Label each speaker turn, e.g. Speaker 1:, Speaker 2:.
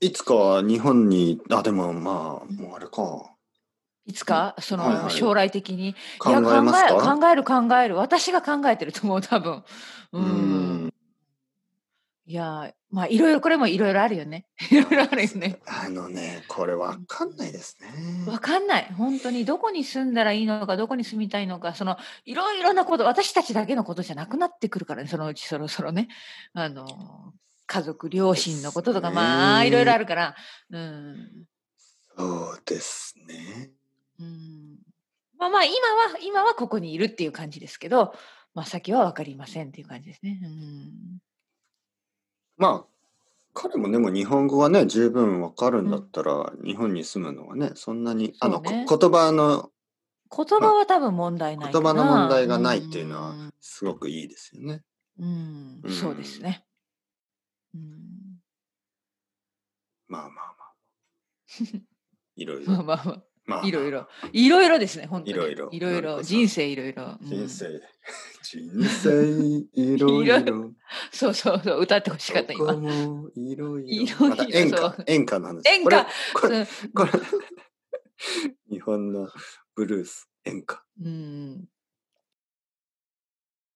Speaker 1: いつか日本に、あ、でもまあ、もうあれか。
Speaker 2: いつか、そ
Speaker 1: はいは
Speaker 2: の
Speaker 1: い
Speaker 2: 将来的に。
Speaker 1: 考え
Speaker 2: いや
Speaker 1: ます
Speaker 2: 考え
Speaker 1: か
Speaker 2: 考える考える。私が考えてると思う、多分。う。
Speaker 1: うんん。
Speaker 2: いや、まあ、いろいろ、これもいろいろあるよね。 いろいろあるよね。
Speaker 1: あのね、これわかんないです
Speaker 2: わ
Speaker 1: ね。
Speaker 2: かんない。本当にどこに住んだらいいのか、どこに住みたいのか、そのいろいろなこと、私たちだけのことじゃなくなってくるからね、そのうちそろそろね。あの、家族、両親のこととか、
Speaker 1: ですね
Speaker 2: まあ、いろいろあるから。うん。
Speaker 1: そうですね。
Speaker 2: うん。まあまあ、今は、今はここにいるっていう感じですけど、まあ先はわかりませんっていう感じですね。うん。
Speaker 1: まあ、彼もでも日本語がね、十分わかるんだったら、日本に住むのはね、そんなに、あの、
Speaker 2: そうね
Speaker 1: こ言葉の、
Speaker 2: 言葉は多分問題ないかな。
Speaker 1: 言葉の問題がないっていうのはすごくいいですよね。
Speaker 2: うん。
Speaker 1: う
Speaker 2: う。
Speaker 1: んん
Speaker 2: そうですね。うん。
Speaker 1: まあまあまあ。 いろい
Speaker 2: まあ
Speaker 1: ろ。
Speaker 2: まあまあ。
Speaker 1: まあ、
Speaker 2: いろいろ。いろいろですね、本当に。
Speaker 1: いろいろ
Speaker 2: いろい
Speaker 1: のり
Speaker 2: ろ。
Speaker 1: こさん
Speaker 2: 人生いろいろ。うん
Speaker 1: 人生、人生いろい
Speaker 2: いろい
Speaker 1: ろ。
Speaker 2: そうそうそう、歌ってほしかった、
Speaker 1: どこ
Speaker 2: 今。
Speaker 1: もいろい
Speaker 2: い
Speaker 1: ろ。
Speaker 2: ろい
Speaker 1: ま
Speaker 2: ろ
Speaker 1: た演
Speaker 2: そう
Speaker 1: 歌、演歌の話。
Speaker 2: 演
Speaker 1: これ
Speaker 2: 歌、
Speaker 1: こ れ、これ、日本のブルース、演歌。
Speaker 2: うん。